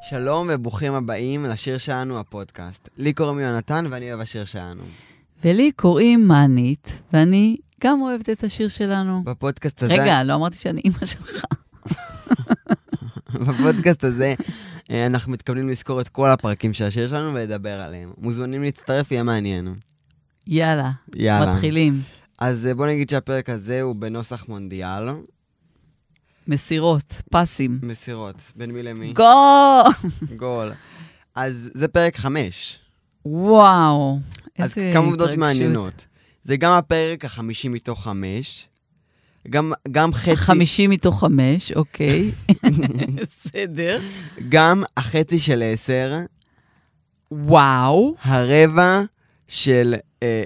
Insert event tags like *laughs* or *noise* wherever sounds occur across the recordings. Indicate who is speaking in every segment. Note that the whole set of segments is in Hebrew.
Speaker 1: שלום וברוכים הבאים לשיר שלנו, הפודקאסט. לי קוראים יונתן ואני אוהב השיר שלנו.
Speaker 2: ולי קוראים מאנית, ואני גם אוהבת את השיר שלנו.
Speaker 1: בפודקאסט הזה...
Speaker 2: רגע, לא אמרתי שאני אימא שלך.
Speaker 1: *laughs*
Speaker 2: *laughs*
Speaker 1: בפודקאסט הזה אה, אנחנו מתכוונים לזכור את כל הפרקים של השיר שלנו ולדבר עליהם. מוזמנים להצטרף, יהיה מעניין.
Speaker 2: יאללה,
Speaker 1: יאללה.
Speaker 2: מתחילים.
Speaker 1: אז אה, בוא נגיד שהפרק הזה הוא בנוסח מונדיאל.
Speaker 2: מסירות, פסים.
Speaker 1: מסירות, בין מי למי?
Speaker 2: גו!
Speaker 1: גול. אז זה פרק חמש.
Speaker 2: וואו,
Speaker 1: אז
Speaker 2: איזה
Speaker 1: כמה עובדות
Speaker 2: התרגשות.
Speaker 1: מעניינות. זה גם הפרק החמישי מתוך חמש. גם, גם חצי,
Speaker 2: חמישים מתוך
Speaker 1: *laughs*
Speaker 2: חמש, אוקיי. בסדר.
Speaker 1: גם החצי של עשר,
Speaker 2: וואו,
Speaker 1: הרבע של אה,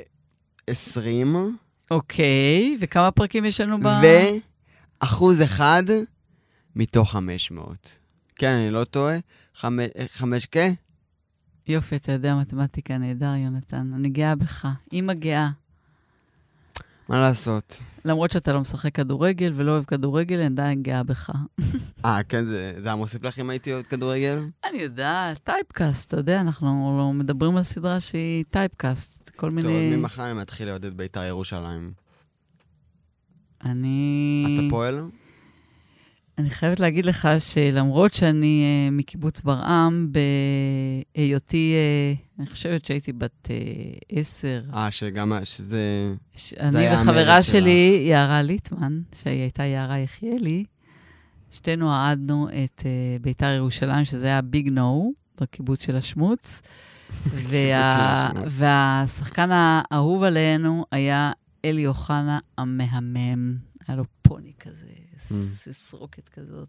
Speaker 1: עשרים,
Speaker 2: אוקיי. וכמה פרקים יש לנו ב...
Speaker 1: ואחוז אחד מתוך חמש מאות. כן, אני לא טועה. חמש, אה, חמש כ?
Speaker 2: יופי, אתה יודע מתמטיקה, נהדר, יונתן. אני גאה בך. אימא גאה.
Speaker 1: מה לעשות?
Speaker 2: למרות שאתה לא משחק כדורגל ולא אוהב כדורגל, אני עדיין גאה בך.
Speaker 1: אה, כן, זה, זה היה מוסיף לך אם הייתי אוהד כדורגל?
Speaker 2: אני יודעת, טייפקאסט, אתה יודע, אנחנו לא מדברים על סדרה שהיא טייפקאסט. כל
Speaker 1: טוב, אז
Speaker 2: מיני...
Speaker 1: ממחר אני מתחיל לעודד את בית"ר ירושלים.
Speaker 2: אני...
Speaker 1: אתה פועל?
Speaker 2: אני חייבת להגיד לך שלמרות שאני אה, מקיבוץ ברעם, בהיותי, אה, אני חושבת שהייתי בת אה, עשר,
Speaker 1: אה, שגם, שזה...
Speaker 2: ש-
Speaker 1: היה
Speaker 2: אני
Speaker 1: המרד
Speaker 2: וחברה שלי, יערה ליטמן, שהיא הייתה יערה יחיאלי, שתינו אהדנו את אה, ביתר ירושלים, שזה היה ביג נו בקיבוץ
Speaker 1: *laughs*
Speaker 2: של השמוץ. וה...
Speaker 1: השמוץ.
Speaker 2: והשחקן האהוב עלינו היה אלי אוחנה המהמם. היה לו פוני כזה,
Speaker 1: Mm.
Speaker 2: ס- סרוקת כזאת.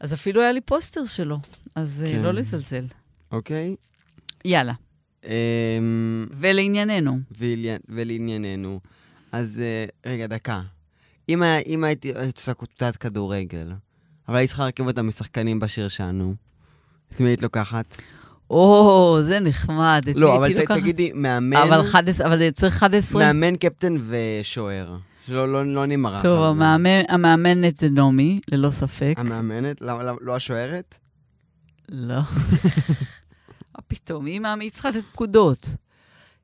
Speaker 2: אז אפילו היה לי פוסטר שלו, אז אה,
Speaker 1: כן.
Speaker 2: לא לזלזל.
Speaker 1: אוקיי.
Speaker 2: יאללה,
Speaker 1: אמ, ולעני-
Speaker 2: ולענייננו.
Speaker 1: ולענייננו, אז אה, רגע, דקה. אם היה- אם הייתי היית עושה קבוצת כדורגל, אבל היית צריכה להרכיב אותה משחקנים בשיר שלנו, את מי היית לוקחת?
Speaker 2: או, זה נחמד. את מי
Speaker 1: לא, אבל
Speaker 2: הייתי
Speaker 1: ת-
Speaker 2: לוקחת?
Speaker 1: תגידי, מאמן,
Speaker 2: אבל, 11, אבל צריך 11.
Speaker 1: מאמן, קפטן ושוער. שלא לא- לא נמרח.
Speaker 2: טוב,
Speaker 1: על זה.
Speaker 2: המאמן, המאמנת זה נעמי, ללא ספק.
Speaker 1: המאמנת? למה- למה- לא השוערת?
Speaker 2: לא. *laughs* מה פתאום? היא מאמי, היא צריכה לתת פקודות.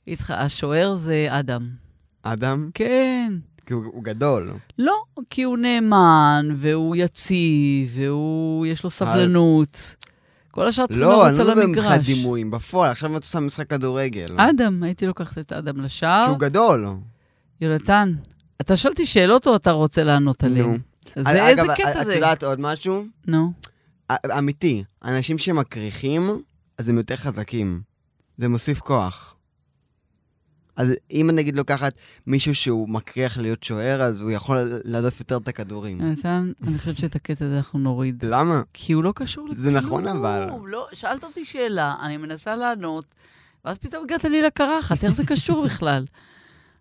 Speaker 2: היא צריכה, השוער זה אדם.
Speaker 1: אדם?
Speaker 2: כן.
Speaker 1: כי הוא הוא גדול.
Speaker 2: לא, כי הוא נאמן, והוא יציב, והוא, יש לו סבלנות. כל השאר צריכים
Speaker 1: אה, לא, אני
Speaker 2: לרוץ על
Speaker 1: לא מדבר מבחינת
Speaker 2: המגרש.
Speaker 1: דימויים, בפועל, עכשיו את עושה משחק כדורגל.
Speaker 2: אדם, הייתי לוקחת את אדם לשער.
Speaker 1: כי הוא גדול.
Speaker 2: יונתן, אתה שואל אותי שאלות או אתה רוצה לענות
Speaker 1: נו.
Speaker 2: עליהן? זה
Speaker 1: אגב,
Speaker 2: איזה
Speaker 1: את-
Speaker 2: קטע
Speaker 1: את
Speaker 2: זה?
Speaker 1: יודעת עוד משהו?
Speaker 2: נו.
Speaker 1: א- אמיתי, אנשים שמקריחים, אז הם יותר חזקים. זה מוסיף כוח. אז אם נגיד לוקחת מישהו שהוא מקריח להיות שוער, אז הוא יכול להדוף יותר את הכדורים.
Speaker 2: יונתן, אני חושבת שאת הקטע הזה אנחנו נוריד.
Speaker 1: למה?
Speaker 2: כי הוא לא קשור לכלום.
Speaker 1: זה נכון, אבל.
Speaker 2: לא, שאלת אותי שאלה, אני מנסה לענות, ואז פתאום הגעת לי לקרחת, איך זה קשור *laughs* בכלל?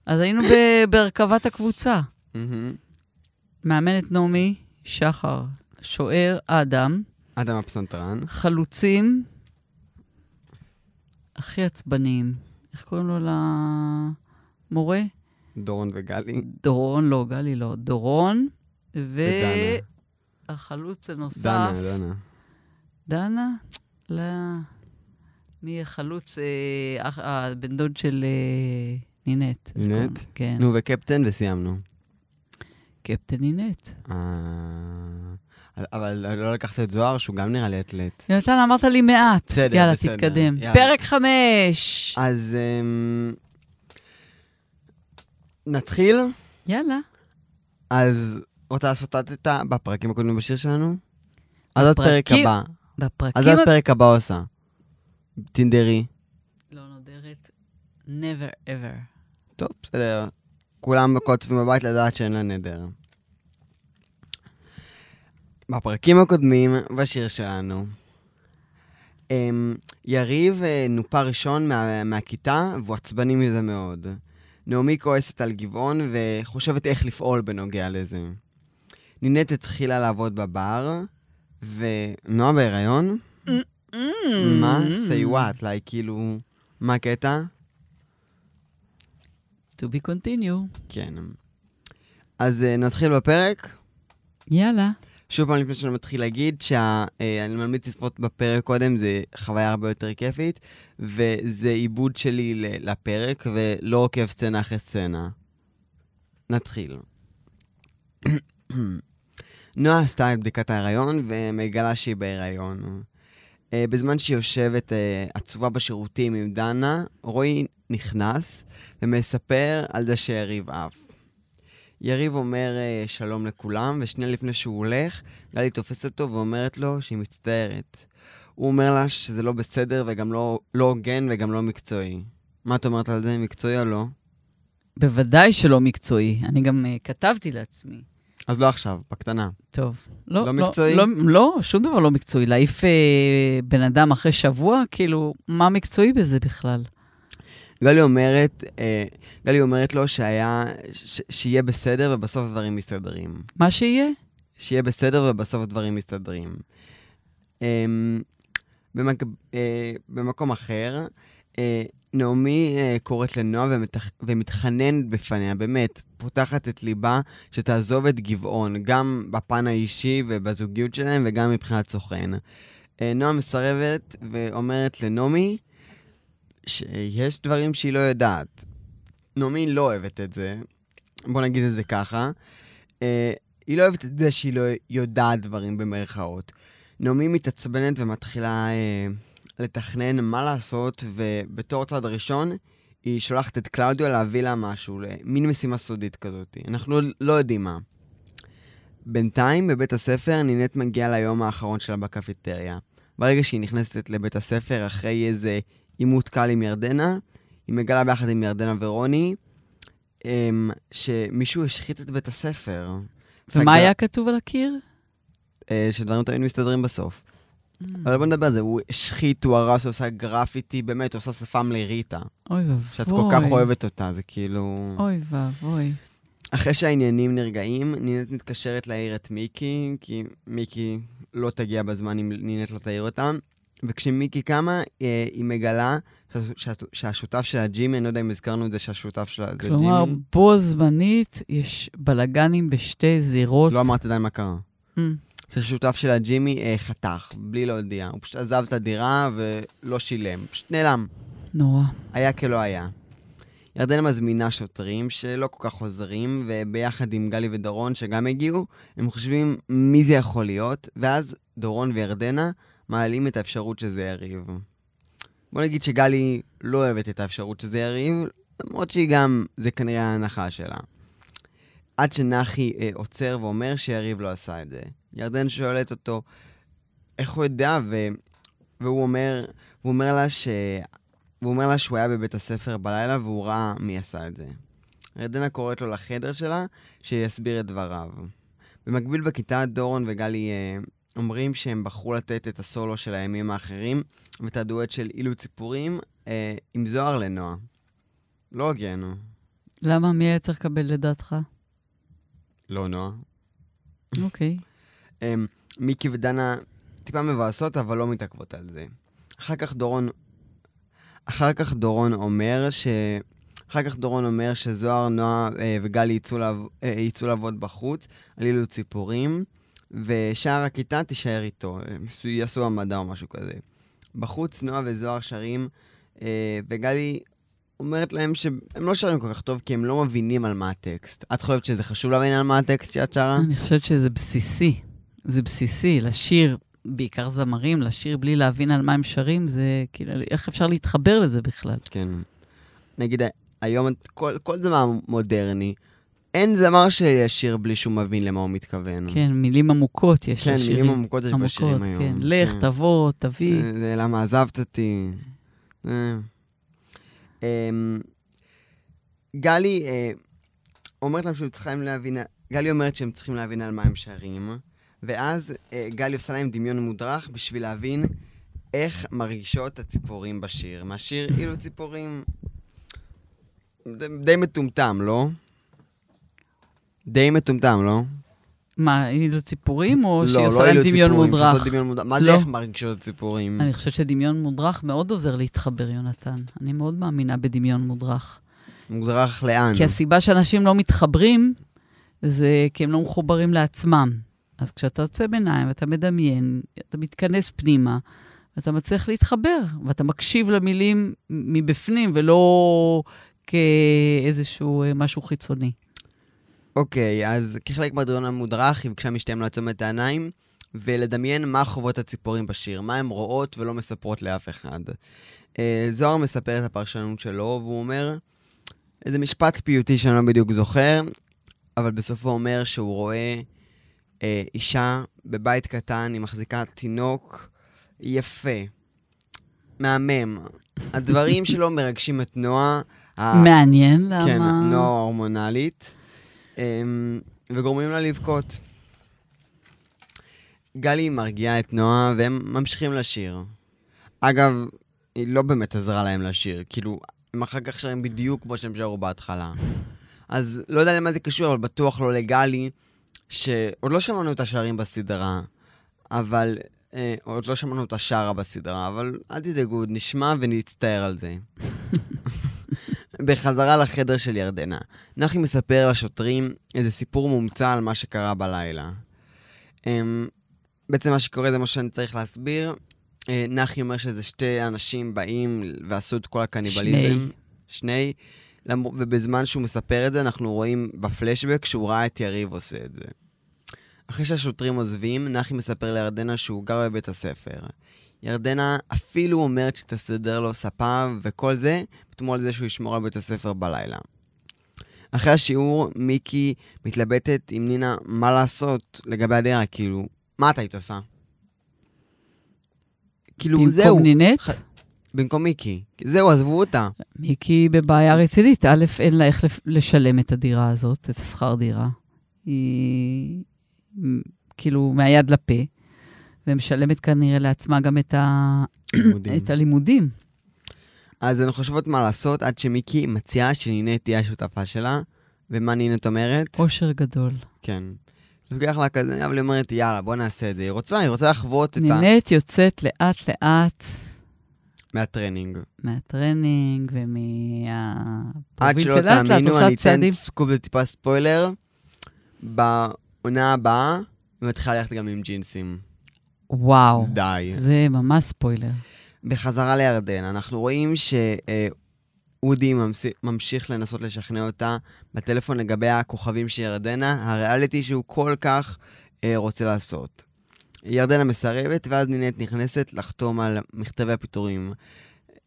Speaker 2: אז היינו ב- בהרכבת הקבוצה.
Speaker 1: מהמם.
Speaker 2: מאמנת נעמי, שחר, שוער, אדם,
Speaker 1: אדם הפסנתרן.
Speaker 2: חלוצים, הכי עצבניים. איך קוראים לו למורה?
Speaker 1: דורון וגלי.
Speaker 2: דורון, לא, גלי לא, דורון,
Speaker 1: ודנה.
Speaker 2: והחלוץ הנוסף...
Speaker 1: דנה, דנה.
Speaker 2: דנה? לא. מי החלוץ? אה, אח- הבן דוד של אה, נינט.
Speaker 1: נינט?
Speaker 2: כן.
Speaker 1: נו, וקפטן, וסיימנו.
Speaker 2: קפטן נינט.
Speaker 1: אה, אבל לא לקחת את זוהר, שהוא גם נראה לי אתלט.
Speaker 2: יונתן, אמרת לי מעט.
Speaker 1: בסדר,
Speaker 2: יאללה,
Speaker 1: בסדר.
Speaker 2: תתקדם.
Speaker 1: יאללה. אה.
Speaker 2: פרק חמש!
Speaker 1: אז אמ, נתחיל.
Speaker 2: יאללה.
Speaker 1: אז רוצה לעשות טאטטה בפרקים הקודמים בשיר שלנו? אז עד פרק
Speaker 2: בפרקים-
Speaker 1: הבא.
Speaker 2: בפרקים...
Speaker 1: אז עד
Speaker 2: ה-
Speaker 1: פרק הבא עושה. טינדרי.
Speaker 2: לא נודרת. never ever.
Speaker 1: טוב, בסדר. כולם כותבים בבית לדעת שאין לה נדר. בפרקים הקודמים בשיר שלנו, אמ, יריב אה, נופה ראשון מה, מהכיתה, והוא עצבני מזה מאוד. נעמי כועסת על גבעון וחושבת איך לפעול בנוגע לזה. נינט התחילה לעבוד בבר, ונועה בהיריון? מה? say what? like, כאילו, מה הקטע?
Speaker 2: To be continue.
Speaker 1: כן. אז אה, נתחיל בפרק.
Speaker 2: יאללה.
Speaker 1: שוב פעם, לפני שאני מתחיל להגיד, שאני ממליץ לצפות בפרק קודם, זה חוויה הרבה יותר כיפית, וזה עיבוד שלי ל- לפרק, ולא עוקב סצנה אחרי סצנה. נתחיל. *clears throat* נועה עשתה את בדיקת ההיריון ומגלה שהיא בהיריון. אה, בזמן שהיא יושבת אה, עצובה בשירותים עם דנה, רועי נכנס ומספר על זה שיריב עף. יריב אומר אה, שלום לכולם, ושנייה לפני שהוא הולך, גלי תופסת אותו ואומרת לו שהיא מצטערת. הוא אומר לה שזה לא בסדר וגם לא לא הוגן וגם לא מקצועי. מה את אומרת על זה, מקצועי או לא?
Speaker 2: בוודאי שלא מקצועי. אני גם אה, כתבתי לעצמי.
Speaker 1: אז לא עכשיו, בקטנה.
Speaker 2: טוב. לא,
Speaker 1: לא
Speaker 2: לא,
Speaker 1: מקצועי?
Speaker 2: לא, לא, שום דבר לא מקצועי. להעיף אה, בן אדם אחרי שבוע, כאילו, מה מקצועי בזה בכלל?
Speaker 1: גלי אומרת, אה, גלי אומרת לו שהיה, ש, שיהיה בסדר ובסוף הדברים מסתדרים.
Speaker 2: מה שיהיה?
Speaker 1: שיהיה בסדר ובסוף הדברים מסתדרים. אמ, במק... אה, במקום אחר, אה, נעמי אה, קוראת לנועה ומתח... ומתחננת בפניה, באמת, פותחת את ליבה שתעזוב את גבעון, גם בפן האישי ובזוגיות שלהם וגם מבחינת סוכן. אה, נועה מסרבת ואומרת לנעמי שיש דברים שהיא לא יודעת. נעמי לא אוהבת את זה, בוא נגיד את זה ככה. אה, היא לא אוהבת את זה שהיא לא יודעת דברים במרכאות. נעמי מתעצבנת ומתחילה אה, לתכנן מה לעשות, ובתור צעד ראשון, היא שולחת את קלאודיו להביא לה משהו, מין משימה סודית כזאת. אנחנו עוד לא יודעים מה. בינתיים, בבית הספר, נינט מגיעה ליום האחרון שלה בקפיטריה. ברגע שהיא נכנסת לבית הספר, אחרי איזה עימות קל עם ירדנה, היא מגלה ביחד עם ירדנה ורוני, אמ, שמישהו השחית את בית הספר.
Speaker 2: ומה
Speaker 1: סגר-
Speaker 2: היה כתוב על הקיר?
Speaker 1: אה, שדברים תמיד מסתדרים בסוף. אבל בוא נדבר על זה, הוא השחית, הוא הרס, הוא עושה גרפיטי, באמת, הוא עושה שפם לריטה,
Speaker 2: אוי ואבוי.
Speaker 1: שאת כל כך אוהבת אותה, זה כאילו...
Speaker 2: אוי ואבוי.
Speaker 1: אחרי שהעניינים נרגעים, נינת מתקשרת להעיר את מיקי, כי מיקי לא תגיע בזמן אם נינת לא תעיר אותה. וכשמיקי קמה, אה, היא מגלה שה- שה- שהשותף שלה, ג'ימי, אני לא יודע אם הזכרנו את זה שהשותף שלה זה
Speaker 2: כלומר,
Speaker 1: ג'ימי.
Speaker 2: בו זמנית יש בלגנים בשתי זירות.
Speaker 1: לא אמרת עדיין מה קרה.
Speaker 2: Mm.
Speaker 1: שהשותף שלה, ג'ימי, אה, חתך, בלי להודיע. הוא פשוט עזב את הדירה ולא שילם. פשוט נעלם.
Speaker 2: נורא.
Speaker 1: היה כלא היה. ירדנה מזמינה שוטרים שלא כל כך עוזרים, וביחד עם גלי ודורון, שגם הגיעו, הם חושבים מי זה יכול להיות, ואז דורון וירדנה מעלים את האפשרות שזה יריב. בוא נגיד שגלי לא אוהבת את האפשרות שזה יריב, למרות שהיא גם, זה כנראה ההנחה שלה. עד שנחי אה, עוצר ואומר שיריב לא עשה את זה. ירדן שואלת אותו, איך הוא יודע? ו... והוא אומר, הוא אומר לה ש... והוא אומר לה שהוא היה בבית הספר בלילה והוא ראה מי עשה את זה. ירדנה קוראת לו לחדר שלה, שיסביר את דבריו. במקביל בכיתה, דורון וגלי אה, אומרים שהם בחרו לתת את הסולו של הימים האחרים, ואת הדואט של אילו ציפורים אה, עם זוהר לנועה. לא הוגן,
Speaker 2: למה? מי היה צריך לקבל לדעתך?
Speaker 1: לא נועה.
Speaker 2: אוקיי.
Speaker 1: אמ, מיקי ודנה טיפה מבאסות, אבל לא מתעכבות על זה. אחר כך דורון... אחר כך דורון אומר ש... אחר כך דורון אומר שזוהר, נועה אה, וגלי יצאו, לעב... אה, יצאו לעבוד בחוץ, על אילו ציפורים, ושאר הכיתה תישאר איתו, אה, עשו- יעשו המדע או משהו כזה. בחוץ נועה וזוהר שרים, אה, וגלי אומרת להם שהם לא שרים כל כך טוב, כי הם לא מבינים על מה הטקסט. את חושבת שזה חשוב להבין על מה הטקסט שאת שרה?
Speaker 2: אני חושבת שזה בסיסי. זה בסיסי, לשיר, בעיקר זמרים, לשיר בלי להבין על מה הם שרים, זה כאילו, איך אפשר להתחבר לזה בכלל?
Speaker 1: כן. נגיד, היום את- כל, כל זמר מודרני, אין זמר שישיר בלי שהוא מבין למה הוא מתכוון.
Speaker 2: כן, מילים עמוקות יש
Speaker 1: Mm. כן,
Speaker 2: לשירים.
Speaker 1: מילים עמוקות יש בשירים היום.
Speaker 2: כן. לך, תבוא, תביא.
Speaker 1: אה, זה למה עזבת אותי. אה. אמ, גלי אה, אומרת להם שהם צריכים להבין, גלי אומרת שהם צריכים להבין על מה הם שרים, ואז אה, גלי עושה להם דמיון מודרך בשביל להבין איך מרגישות הציפורים בשיר. מהשיר אילו ציפורים... די- די מטומטם, לא? די מטומטם, לא?
Speaker 2: מה, אילו ציפורים, או שהיא עושה
Speaker 1: לא
Speaker 2: להם
Speaker 1: אילו
Speaker 2: דמיון
Speaker 1: ציפורים,
Speaker 2: מודרך?
Speaker 1: שעושות דמיון מודרך. מה זה
Speaker 2: לא.
Speaker 1: איך מרגישות ציפורים?
Speaker 2: אני חושבת שדמיון מודרך מאוד עוזר להתחבר, יונתן. אני מאוד מאמינה בדמיון מודרך.
Speaker 1: מודרך לאן?
Speaker 2: כי הסיבה שאנשים לא מתחברים, זה כי הם לא מחוברים לעצמם. אז כשאתה יוצא ביניים ואתה מדמיין, אתה מתכנס פנימה, ואתה מצליח להתחבר, ואתה מקשיב למילים מבפנים, ולא כאיזשהו אה, משהו חיצוני.
Speaker 1: אוקיי, אז כחלק מהדריון המודרך, היא ביקשה משתיהם לעצום את העיניים ולדמיין מה חוות הציפורים בשיר, מה הן רואות ולא מספרות לאף אחד. אה, זוהר מספר את הפרשנות שלו, והוא אומר, איזה משפט פיוטי שאני לא בדיוק זוכר, אבל בסופו אומר שהוא רואה אה, אישה בבית קטן, היא מחזיקה תינוק יפה, מהמם. הדברים שלו מרגשים את נועה. ה-
Speaker 2: מעניין למה...
Speaker 1: כן, נועה הורמונלית, אמ, וגורמים לה לבכות. גלי מרגיעה את נועה, והם ממשיכים לשיר. אגב, היא לא באמת עזרה להם לשיר, כאילו, הם אחר כך שרים בדיוק כמו שהם שרו בהתחלה. אז לא יודע למה זה קשור, אבל בטוח לא לגלי, שעוד לא שמענו את השערים בסדרה, אבל... אה, עוד לא שמענו אותה שרה בסדרה, אבל אל תדאגו, עוד נשמע ונצטער על זה. בחזרה לחדר של ירדנה. נחי מספר לשוטרים איזה סיפור מומצא על מה שקרה בלילה. אמ, בעצם מה שקורה זה מה שאני צריך להסביר. אה, נחי אומר שזה שתי אנשים באים ועשו את כל הקניבליזם.
Speaker 2: שני.
Speaker 1: שני. למר- ובזמן שהוא מספר את זה, אנחנו רואים בפלשבק שהוא ראה את יריב עושה את זה. אחרי שהשוטרים עוזבים, נחי מספר לירדנה שהוא גר בבית הספר. ירדנה אפילו אומרת שתסדר לו ספה וכל זה, חתמו על זה שהוא ישמור על בית הספר בלילה. אחרי השיעור, מיקי מתלבטת עם נינה מה לעשות לגבי הדרה, כאילו, מה את היית עושה? כאילו, זהו,
Speaker 2: במקום נינט?
Speaker 1: ח- במקום מיקי. זהו, עזבו אותה.
Speaker 2: מיקי בבעיה רצינית. א', אין לה איך לפ- לשלם את הדירה הזאת, את השכר דירה. היא מ- כאילו מהיד לפה, ומשלמת כנראה לעצמה גם את, ה... את הלימודים.
Speaker 1: אז הן חושבות מה לעשות עד שמיקי מציעה שנינה תהיה השותפה שלה, ומה נינת אומרת?
Speaker 2: אושר גדול.
Speaker 1: כן. לוקח לה כזה, אבל היא אומרת, יאללה, בוא נעשה את זה. היא רוצה, היא רוצה לחוות את ה...
Speaker 2: נינט יוצאת לאט-לאט
Speaker 1: מהטרנינג.
Speaker 2: מהטרנינג ומהפרוביץ
Speaker 1: עד שלא
Speaker 2: של אט-לאט,
Speaker 1: תאמינו, אני
Speaker 2: עושה
Speaker 1: אתן
Speaker 2: צעדים.
Speaker 1: סקופ וטיפה ספוילר. בעונה הבאה, היא מתחילה ללכת גם עם ג'ינסים.
Speaker 2: וואו,
Speaker 1: די.
Speaker 2: זה ממש ספוילר.
Speaker 1: בחזרה לירדן, אנחנו רואים שאודי ממשיך לנסות לשכנע אותה בטלפון לגבי הכוכבים של ירדנה, הריאליטי שהוא כל כך אה, רוצה לעשות. ירדנה מסרבת, ואז נינט נכנסת לחתום על מכתבי הפיטורים.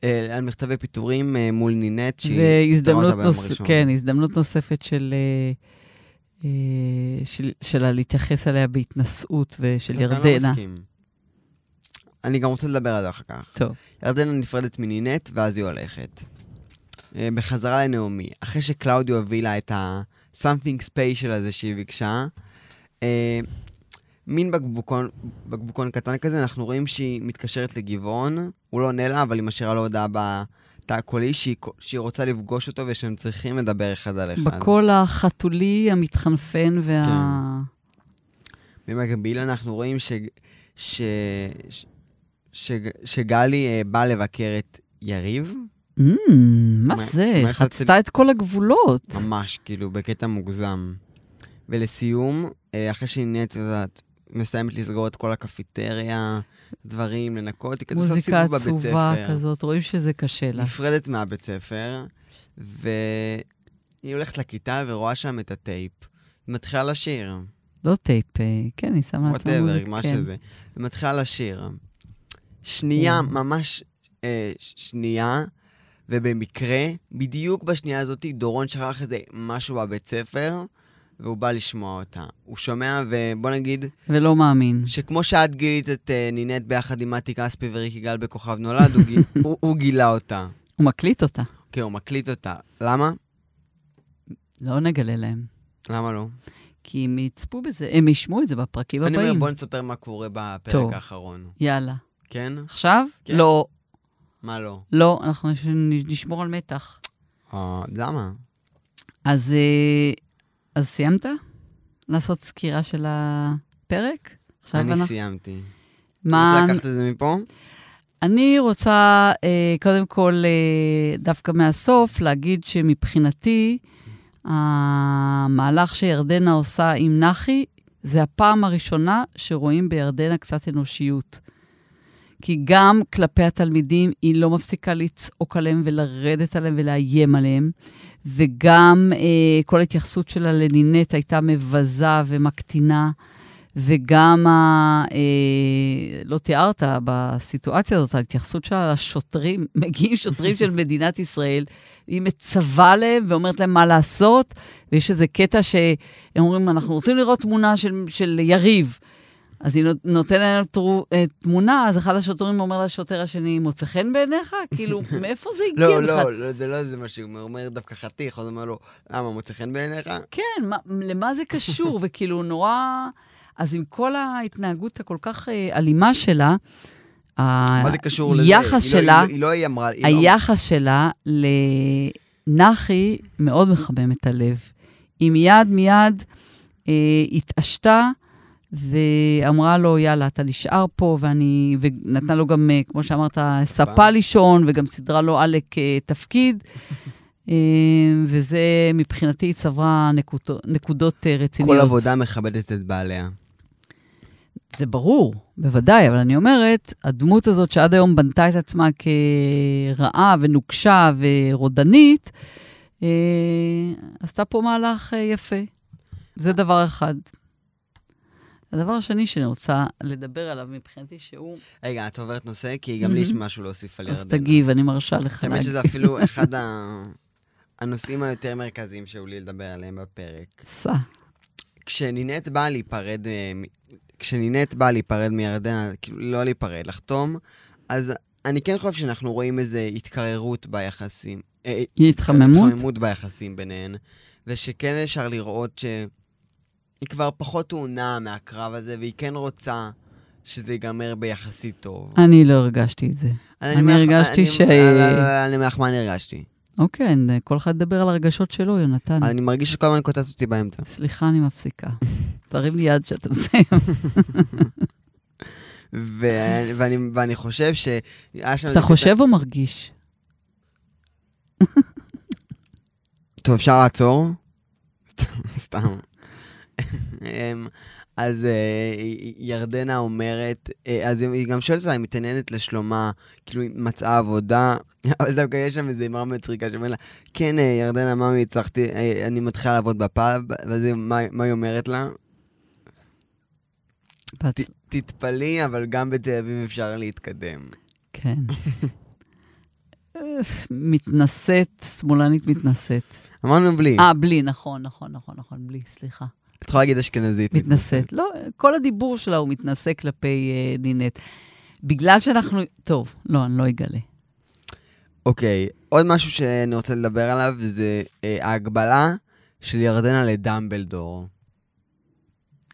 Speaker 1: אה, על מכתבי פיטורים אה, מול נינט, שהיא פטרה אותה
Speaker 2: והזדמנות
Speaker 1: ביום
Speaker 2: נוס...
Speaker 1: הראשון.
Speaker 2: כן, הזדמנות נוספת של... אה, אה, של, שלה להתייחס אליה בהתנשאות ושל
Speaker 1: אתה לא
Speaker 2: ירדנה.
Speaker 1: מסכים. אני גם רוצה לדבר על זה אחר כך.
Speaker 2: טוב.
Speaker 1: ירדנה נפרדת מנינט, ואז היא הולכת. אה, בחזרה לנעמי, אחרי שקלאודיו הביא לה את ה-something special הזה שהיא ביקשה, אה, מין בקבוקון, בקבוקון קטן כזה, אנחנו רואים שהיא מתקשרת לגבעון, הוא לא עונה לה, אבל היא משאירה לו הודעה בתא הקולי שהיא, שהיא רוצה לפגוש אותו ושהם צריכים לדבר אחד על אחד.
Speaker 2: בקול החתולי, המתחנפן וה...
Speaker 1: כן. במקביל אנחנו רואים ש... ש... ש... ש... שגלי אה, באה לבקר את יריב,
Speaker 2: Mm, מה
Speaker 1: מה-
Speaker 2: זה?
Speaker 1: מה החצי-
Speaker 2: חצתה את כל הגבולות.
Speaker 1: ממש, כאילו, בקטע מוגזם. ולסיום, אה, אחרי שנהיית, את יודעת, מסיימת לסגור את כל הקפיטריה, דברים, לנקות, היא כזה עושה
Speaker 2: מוזיקה
Speaker 1: סיבוב בבית
Speaker 2: עצובה
Speaker 1: ספר.
Speaker 2: כזאת, רואים שזה קשה לה.
Speaker 1: נפרדת מהבית ספר, והיא הולכת לכיתה ורואה שם את הטייפ. היא מתחילה לשיר.
Speaker 2: לא טייפ, אה, כן, היא שמה לעצמה
Speaker 1: וואטאבר,
Speaker 2: מוזיקה.
Speaker 1: מה
Speaker 2: כן.
Speaker 1: שזה. ומתחילה לשיר. שנייה,
Speaker 2: וואו.
Speaker 1: ממש אה, ש- שנייה, ובמקרה, בדיוק בשנייה הזאת, דורון שכח איזה משהו בבית ספר, והוא בא לשמוע אותה. הוא שומע, ובוא
Speaker 2: *laughs*
Speaker 1: נגיד,
Speaker 2: ולא מאמין.
Speaker 1: שכמו שאת גילית את אה, נינט ביחד עם מתי כספי וריקי גל בכוכב נולד, הוא, גיל,
Speaker 2: *laughs*
Speaker 1: הוא, הוא גילה אותה.
Speaker 2: הוא מקליט אותה.
Speaker 1: כן, הוא מקליט אותה. למה?
Speaker 2: לא נגלה להם.
Speaker 1: למה לא?
Speaker 2: כי הם יצפו בזה, הם ישמעו את זה בפרקים
Speaker 1: אני אומר,
Speaker 2: הבאים.
Speaker 1: בוא נספר מה קורה בפרק
Speaker 2: לא טוב.
Speaker 1: האחרון.
Speaker 2: יאללה.
Speaker 1: כן?
Speaker 2: עכשיו?
Speaker 1: כן.
Speaker 2: לא,
Speaker 1: מה לא?
Speaker 2: לא, אנחנו נש- נשמור על מתח.
Speaker 1: אה, למה?
Speaker 2: אז, אה, אז סיימת? לעשות סקירה של הפרק? עכשיו
Speaker 1: אני
Speaker 2: אנחנו...
Speaker 1: סיימתי.
Speaker 2: מה... כן,
Speaker 1: רוצה לקחת את זה מפה?
Speaker 2: אני רוצה אה, קודם כל, אה, דווקא מהסוף, להגיד שמבחינתי, המהלך שירדנה עושה עם נחי זה הפעם הראשונה שרואים בירדנה קצת אנושיות. כי גם כלפי התלמידים היא לא מפסיקה לצעוק עליהם ולרדת עליהם ולאיים עליהם, וגם אה, כל ההתייחסות שלה לנינט הייתה מבזה ומקטינה, וגם, ה, אה, לא תיארת בסיטואציה הזאת, ההתייחסות שלה לשוטרים, *laughs* מגיעים שוטרים של מדינת ישראל, היא מצווה להם ואומרת להם מה לעשות, ויש איזה קטע שהם אומרים, אנחנו רוצים לראות תמונה של, של יריב. אז היא נותנת להם תרו- אה, תמונה, אז אחד השוטרים אומר לשוטר השני, מוצא חן בעיניך?
Speaker 1: *laughs*
Speaker 2: כאילו, מאיפה זה הגיע
Speaker 1: לא,
Speaker 2: בכלל?
Speaker 1: לא, לא, זה לא זה מה שהוא אומר, אומר דווקא חתיך, אז הוא אומר לו, למה, מוצא חן בעיניך?
Speaker 2: כן, מה, למה זה
Speaker 1: *laughs*
Speaker 2: קשור? וכאילו, נורא... אז עם כל ההתנהגות הכל כך אה, אלימה שלה,
Speaker 1: מה זה קשור לזה?
Speaker 2: היחס
Speaker 1: היא לא-
Speaker 2: שלה-
Speaker 1: היא לא- היא לא אמרה, היא לא-
Speaker 2: היחס שלה לנחי מאוד מחמם את הלב. היא מיד מיד אה, התעשתה ואמרה לו, יאללה, אתה נשאר פה, ואני... ונתנה לו גם, אה, כמו שאמרת, ספה לישון, וגם סידרה לו עלק אה,
Speaker 1: *laughs*
Speaker 2: תפקיד. אה, וזה, מבחינתי, היא צברה נקודו, נקודות אה, רציניות.
Speaker 1: כל עבודה מכבדת את בעליה.
Speaker 2: זה ברור, בוודאי, אבל אני אומרת, הדמות הזאת שעד היום בנתה את עצמה כרעה ונוקשה ורודנית, אה, עשתה פה מהלך אה, יפה. זה דבר אחד. הדבר השני שאני רוצה לדבר עליו מבחינתי, שהוא...
Speaker 1: רגע, את עוברת נושא, כי גם לי יש משהו להוסיף על ירדנה.
Speaker 2: אז תגיב, אני מרשה לך
Speaker 1: האמת
Speaker 2: להגיד.
Speaker 1: שזה אפילו אחד ה- הנושאים היותר מרכזיים שהיו לי לדבר עליהם בפרק.
Speaker 2: סע.
Speaker 1: כשנינט באה להיפרד, אה, מ- כשנינט באה להיפרד מירדנה, כאילו לא להיפרד, לחתום, אז אני כן חושב שאנחנו רואים איזו התקררות ביחסים. אה,
Speaker 2: התחממות?
Speaker 1: התחממות ביחסים ביניהן, ושכן אפשר לראות שהיא כבר פחות טעונה מהקרב הזה, והיא כן רוצה שזה ייגמר ביחסית טוב.
Speaker 2: אני לא הרגשתי את זה.
Speaker 1: אז
Speaker 2: אני
Speaker 1: אומר לך-
Speaker 2: הרגשתי
Speaker 1: אני-
Speaker 2: ש-
Speaker 1: לא, לא, לא, לא, אני אומר לך מה אני הרגשתי.
Speaker 2: אוקיי, כל אחד ידבר על הרגשות שלו, יונתן.
Speaker 1: אני מרגיש שכל הזמן קוטעת אותי באמצע.
Speaker 2: סליחה, אני מפסיקה.
Speaker 1: *laughs*
Speaker 2: תרים לי יד שאתה מסיים.
Speaker 1: ו- ואני, ואני חושב שהיה שם...
Speaker 2: אתה חושב או מרגיש?
Speaker 1: טוב, אפשר לעצור? *laughs* סתם. אמ, אז אה, י- ירדנה אומרת, אה, אז היא גם שואלת אותה, היא מתעניינת לשלומה, כאילו היא מצאה עבודה, *laughs* אבל דווקא יש שם איזו אמרה מצחיקה שאומרת לה, כן, אה, ירדנה, ממי, הצלחתי, אה, אני מתחילה לעבוד בפאב, ואז היא- מה מה היא אומרת לה?
Speaker 2: פצ...
Speaker 1: ת- תתפלאי, אבל גם בתל אביב אפשר להתקדם.
Speaker 2: כן. *laughs* מתנשאת, שמאלנית מתנשאת.
Speaker 1: אמרנו בלי.
Speaker 2: אה, בלי, נכון, נכון, נכון, נכון, בלי, סליחה.
Speaker 1: את יכולה להגיד אשכנזית.
Speaker 2: מתנשאת. לא, כל הדיבור שלה הוא מתנשא כלפי אה, נינט. בגלל שאנחנו... טוב, לא, אני לא אגלה.
Speaker 1: אוקיי, עוד משהו שאני רוצה לדבר עליו זה אה, ההגבלה של ירדנה לדמבלדור.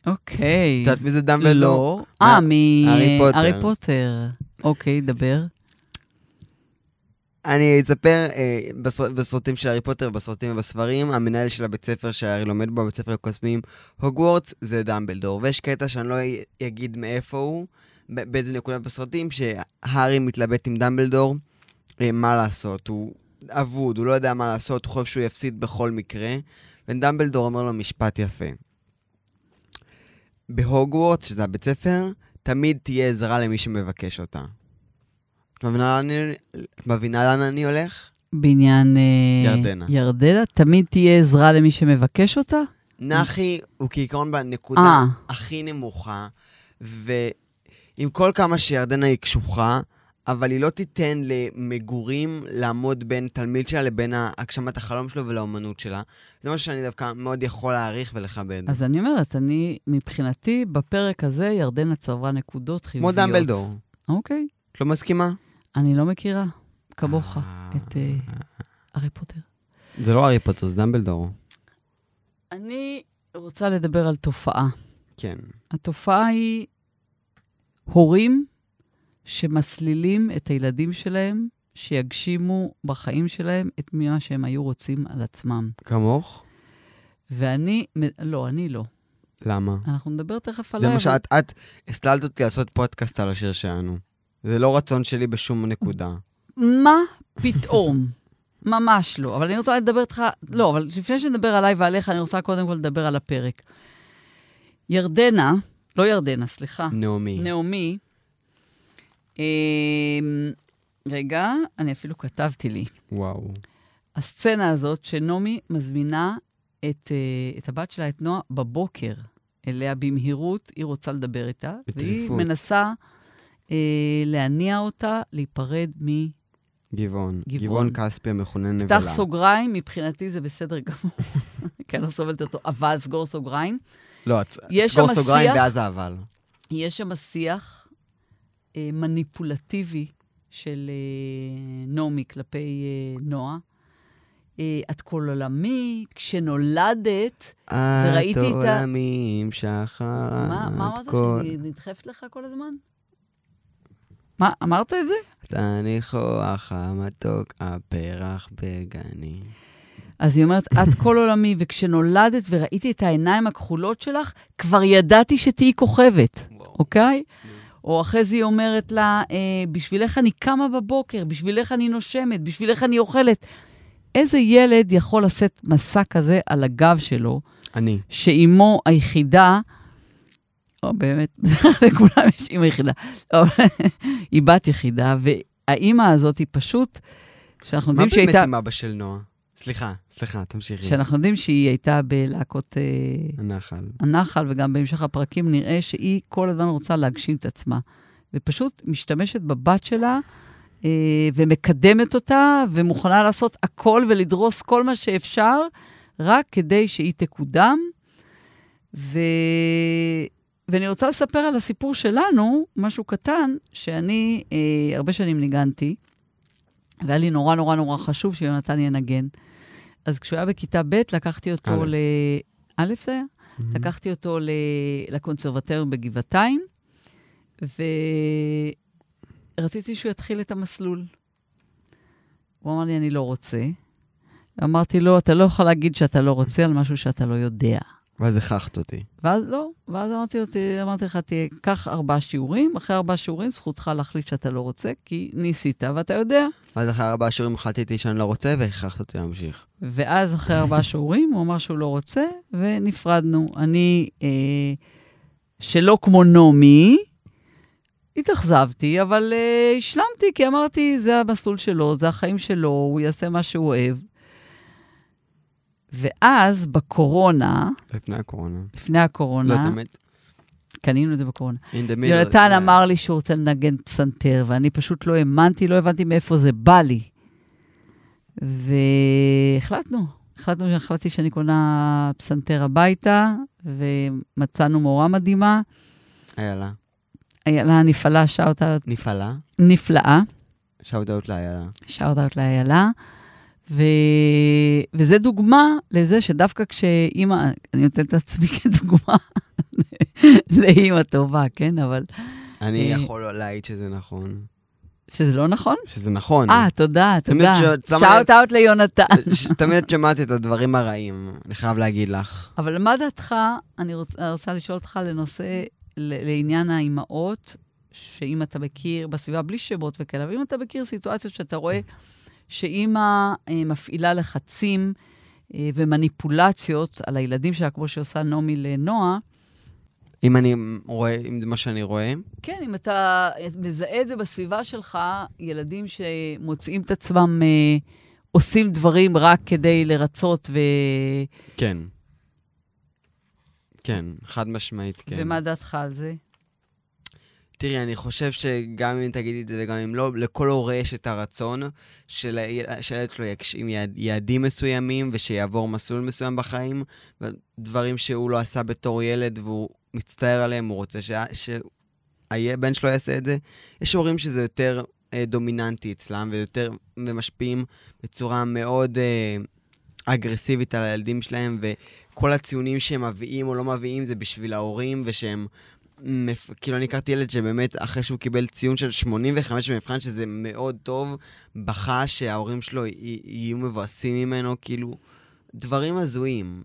Speaker 2: אוקיי.
Speaker 1: את יודעת מי זה דמבלדור?
Speaker 2: לא. אה,
Speaker 1: מה-
Speaker 2: מ...
Speaker 1: הארי פוטר.
Speaker 2: הארי פוטר. אוקיי, דבר.
Speaker 1: אני אספר, אה, בסר- בסרטים של הארי פוטר, בסרטים ובספרים, המנהל של הבית ספר שהארי לומד בו, הבית ספר לקוסמים, הוגוורטס, זה דמבלדור. ויש קטע שאני לא י- אגיד מאיפה הוא, ב- באיזה נקודה בסרטים, שהארי מתלבט עם דמבלדור, אה, מה לעשות, הוא אבוד, הוא לא יודע מה לעשות, הוא חושב שהוא יפסיד בכל מקרה, ודמבלדור אומר לו משפט יפה. בהוגוורטס, שזה הבית ספר, תמיד תהיה עזרה למי שמבקש אותה. את מבינה לאן אני- את מבינה לאן אני הולך?
Speaker 2: בעניין... אה,
Speaker 1: ירדנה.
Speaker 2: ירדנה, תמיד תהיה עזרה למי שמבקש אותה?
Speaker 1: נחי הוא כעיקרון בנקודה
Speaker 2: אה,
Speaker 1: הכי נמוכה, ועם כל כמה שירדנה היא קשוחה, אבל היא לא תיתן למגורים לעמוד בין תלמיד שלה לבין הגשמת החלום שלו ולאומנות שלה. זה משהו שאני דווקא מאוד יכול להעריך ולכבד.
Speaker 2: אז אני אומרת, אני, מבחינתי, בפרק הזה ירדנה צברה נקודות
Speaker 1: כמו
Speaker 2: חיוביות.
Speaker 1: דמבלדור.
Speaker 2: אוקיי.
Speaker 1: את לא מסכימה?
Speaker 2: אני לא מכירה, כמוך,
Speaker 1: אה,
Speaker 2: את אה, הארי פוטר.
Speaker 1: זה לא הארי פוטר, זה דמבלדור.
Speaker 2: אני רוצה לדבר על תופעה.
Speaker 1: כן.
Speaker 2: התופעה היא הורים שמסלילים את הילדים שלהם, שיגשימו בחיים שלהם את מה שהם היו רוצים על עצמם.
Speaker 1: כמוך?
Speaker 2: ואני, מ- לא, אני לא.
Speaker 1: למה?
Speaker 2: אנחנו נדבר תכף
Speaker 1: זה
Speaker 2: עליי.
Speaker 1: מה
Speaker 2: אבל-
Speaker 1: שאת, את הסללת אותי לעשות פודקאסט על השיר שלנו. זה לא רצון שלי בשום נקודה.
Speaker 2: אה. מה פתאום? *laughs* ממש לא. אבל אני רוצה לדבר איתך, לא, אבל לפני שנדבר עליי ועליך, אני רוצה קודם כל לדבר על הפרק. ירדנה, לא ירדנה, סליחה,
Speaker 1: נעמי.
Speaker 2: נעמי, אמ, רגע, אני אפילו כתבתי לי.
Speaker 1: וואו.
Speaker 2: הסצנה הזאת שנעמי מזמינה את, אה, את הבת שלה, את נועה, בבוקר אליה במהירות, היא רוצה לדבר איתה, והיא
Speaker 1: בטריפות.
Speaker 2: מנסה אה, להניע אותה להיפרד מ...
Speaker 1: גבעון.
Speaker 2: גבעון.
Speaker 1: גבעון כספי המכונה נבלה.
Speaker 2: פתח סוגריים, מבחינתי זה בסדר גמור, *laughs* כי אני לא סובלת אותו, אבל סגור סוגריים.
Speaker 1: לא, את-
Speaker 2: יש
Speaker 1: סגור
Speaker 2: שם
Speaker 1: סוגריים
Speaker 2: שיח-
Speaker 1: ואז האבל.
Speaker 2: יש שם שיח אה, מניפולטיבי של אה, נעמי כלפי אה, נועה. אה, את כל עולמי, כשנולדת, וראיתי
Speaker 1: את
Speaker 2: את ה-
Speaker 1: העולמים שחרת
Speaker 2: מה מה אמרת?
Speaker 1: אה, כל...
Speaker 2: שאני נדחפת לך כל הזמן? מה, אמרת את זה?
Speaker 1: אתה ניחוח המתוק, הפרח בגני.
Speaker 2: אז היא אומרת, את כל עולמי, וכשנולדת וראיתי את העיניים הכחולות שלך, כבר ידעתי שתהיי כוכבת, אוקיי? או אחרי זה היא אומרת לה, אה, בשבילך אני קמה בבוקר, בשבילך אני נושמת, בשבילך אני אוכלת. איזה ילד יכול לשאת מסע כזה על הגב שלו,
Speaker 1: אני.
Speaker 2: שאימו היחידה, או באמת, *laughs* לכולם יש אימא יחידה, לא, *laughs* היא בת יחידה, והאימא הזאת היא פשוט, שאנחנו
Speaker 1: מה
Speaker 2: יודעים שהיא
Speaker 1: באמת
Speaker 2: הייתה...
Speaker 1: עם אבא של נועה? סליחה, סליחה, תמשיכי.
Speaker 2: שאנחנו יודעים שהיא הייתה בלהקות אה,
Speaker 1: הנחל.
Speaker 2: הנחל, וגם בהמשך הפרקים נראה שהיא כל הזמן רוצה להגשים את עצמה. ופשוט משתמשת בבת שלה, אה, ומקדמת אותה, ומוכנה לעשות הכל ולדרוס כל מה שאפשר, רק כדי שהיא תקודם. ו... ואני רוצה לספר על הסיפור שלנו, משהו קטן, שאני אה, הרבה שנים ניגנתי, והיה לי נורא נורא נורא חשוב שיונתן ינגן. אז כשהוא היה בכיתה ב', לקחתי אותו
Speaker 1: א'.
Speaker 2: ל... א' זה היה?
Speaker 1: Mm-hmm.
Speaker 2: לקחתי אותו ל- לקונסרבטוריום בגבעתיים, ורציתי שהוא יתחיל את המסלול. הוא אמר לי, אני לא רוצה. אמרתי לו, אתה לא יכול להגיד שאתה לא רוצה על משהו שאתה לא יודע.
Speaker 1: ואז הכחת אותי.
Speaker 2: ואז לא, ואז אמרתי, לו, "ת- אמרתי לך, "ת- קח ארבעה שיעורים, אחרי ארבעה שיעורים זכותך להחליט שאתה לא רוצה, כי ניסית ואתה יודע.
Speaker 1: ואז אחרי ארבעה שיעורים החלטתי שאני לא רוצה, והכרחת אותי להמשיך.
Speaker 2: ואז אחרי ארבעה שיעורים הוא אמר שהוא לא רוצה, ונפרדנו. אני, אה, שלא כמו נעמי, התאכזבתי, אבל אה, השלמתי, כי אמרתי, זה המסלול שלו, זה החיים שלו, הוא יעשה מה שהוא אוהב. ואז בקורונה,
Speaker 1: לפני הקורונה.
Speaker 2: לפני
Speaker 1: לא,
Speaker 2: הקורונה,
Speaker 1: תמיד.
Speaker 2: קנינו את זה בקורונה.
Speaker 1: In the middle. אה,
Speaker 2: יונתן
Speaker 1: Yeah.
Speaker 2: אמר לי שהוא רוצה לנגן פסנתר, ואני פשוט לא האמנתי, לא הבנתי מאיפה זה בא לי. והחלטנו, החלטנו, החלטתי שאני קונה פסנתר הביתה, ומצאנו מורה מדהימה.
Speaker 1: איילה.
Speaker 2: איילה נפעלה, שאוט אאוט
Speaker 1: נפעלה.
Speaker 2: נפלאה,
Speaker 1: שאוט אאוט לאיילה.
Speaker 2: שאוט אאוט לאיילה. ו... וזה דוגמה לזה שדווקא כשאימא, אני נותנת את עצמי *laughs* כדוגמה לאימא טובה, כן? אבל
Speaker 1: אני
Speaker 2: אה.
Speaker 1: יכול לא להעיד שזה נכון.
Speaker 2: שזה לא נכון?
Speaker 1: שזה נכון.
Speaker 2: אה, תודה,
Speaker 1: תמיד
Speaker 2: תודה.
Speaker 1: שאת שמה
Speaker 2: שאוט אאוט ליונתן.
Speaker 1: ש- תמיד את שמעת את הדברים הרעים, אני חייב להגיד לך.
Speaker 2: *laughs* אבל מה דעתך, אני רוצ- אני רוצה לשאול אותך לנושא, ל- לעניין האימהות, שאם אתה מכיר בסביבה, בלי שמות וכאלה, אבל אם אתה מכיר סיטואציות שאתה רואה שאימא אה, מפעילה לחצים אה, ומניפולציות על הילדים שלה, כמו שעושה נעמי לנועה,
Speaker 1: אם אני רואה, אם זה מה שאני רואה,
Speaker 2: כן, אם אתה מזהה את זה בסביבה שלך, ילדים שמוצאים את עצמם אה, עושים דברים רק כדי לרצות, ו...
Speaker 1: כן. כן, חד משמעית, כן.
Speaker 2: כן. ומה דעתך על זה?
Speaker 1: תראי, אני חושב שגם אם תגידי את זה וגם אם לא, לכל הורה יש את הרצון של ה- שהילד שלו יגשים יעד, יעדים מסוימים ושיעבור מסלול מסוים בחיים, ודברים שהוא לא עשה בתור ילד והוא מצטער עליהם, הוא רוצה שהבן שלו יעשה את זה. יש הורים שזה יותר אה, דומיננטי אצלם ויותר, ומשפיעים בצורה מאוד אה, אגרסיבית על הילדים שלהם, וכל הציונים שהם מביאים או לא מביאים זה בשביל ההורים, ושהם... מפ... כאילו, אני הכרתי ילד שבאמת, אחרי שהוא קיבל ציון של 85 במבחן, שזה מאוד טוב, בכה שההורים שלו י... יהיו מבואסים ממנו, כאילו, דברים הזויים.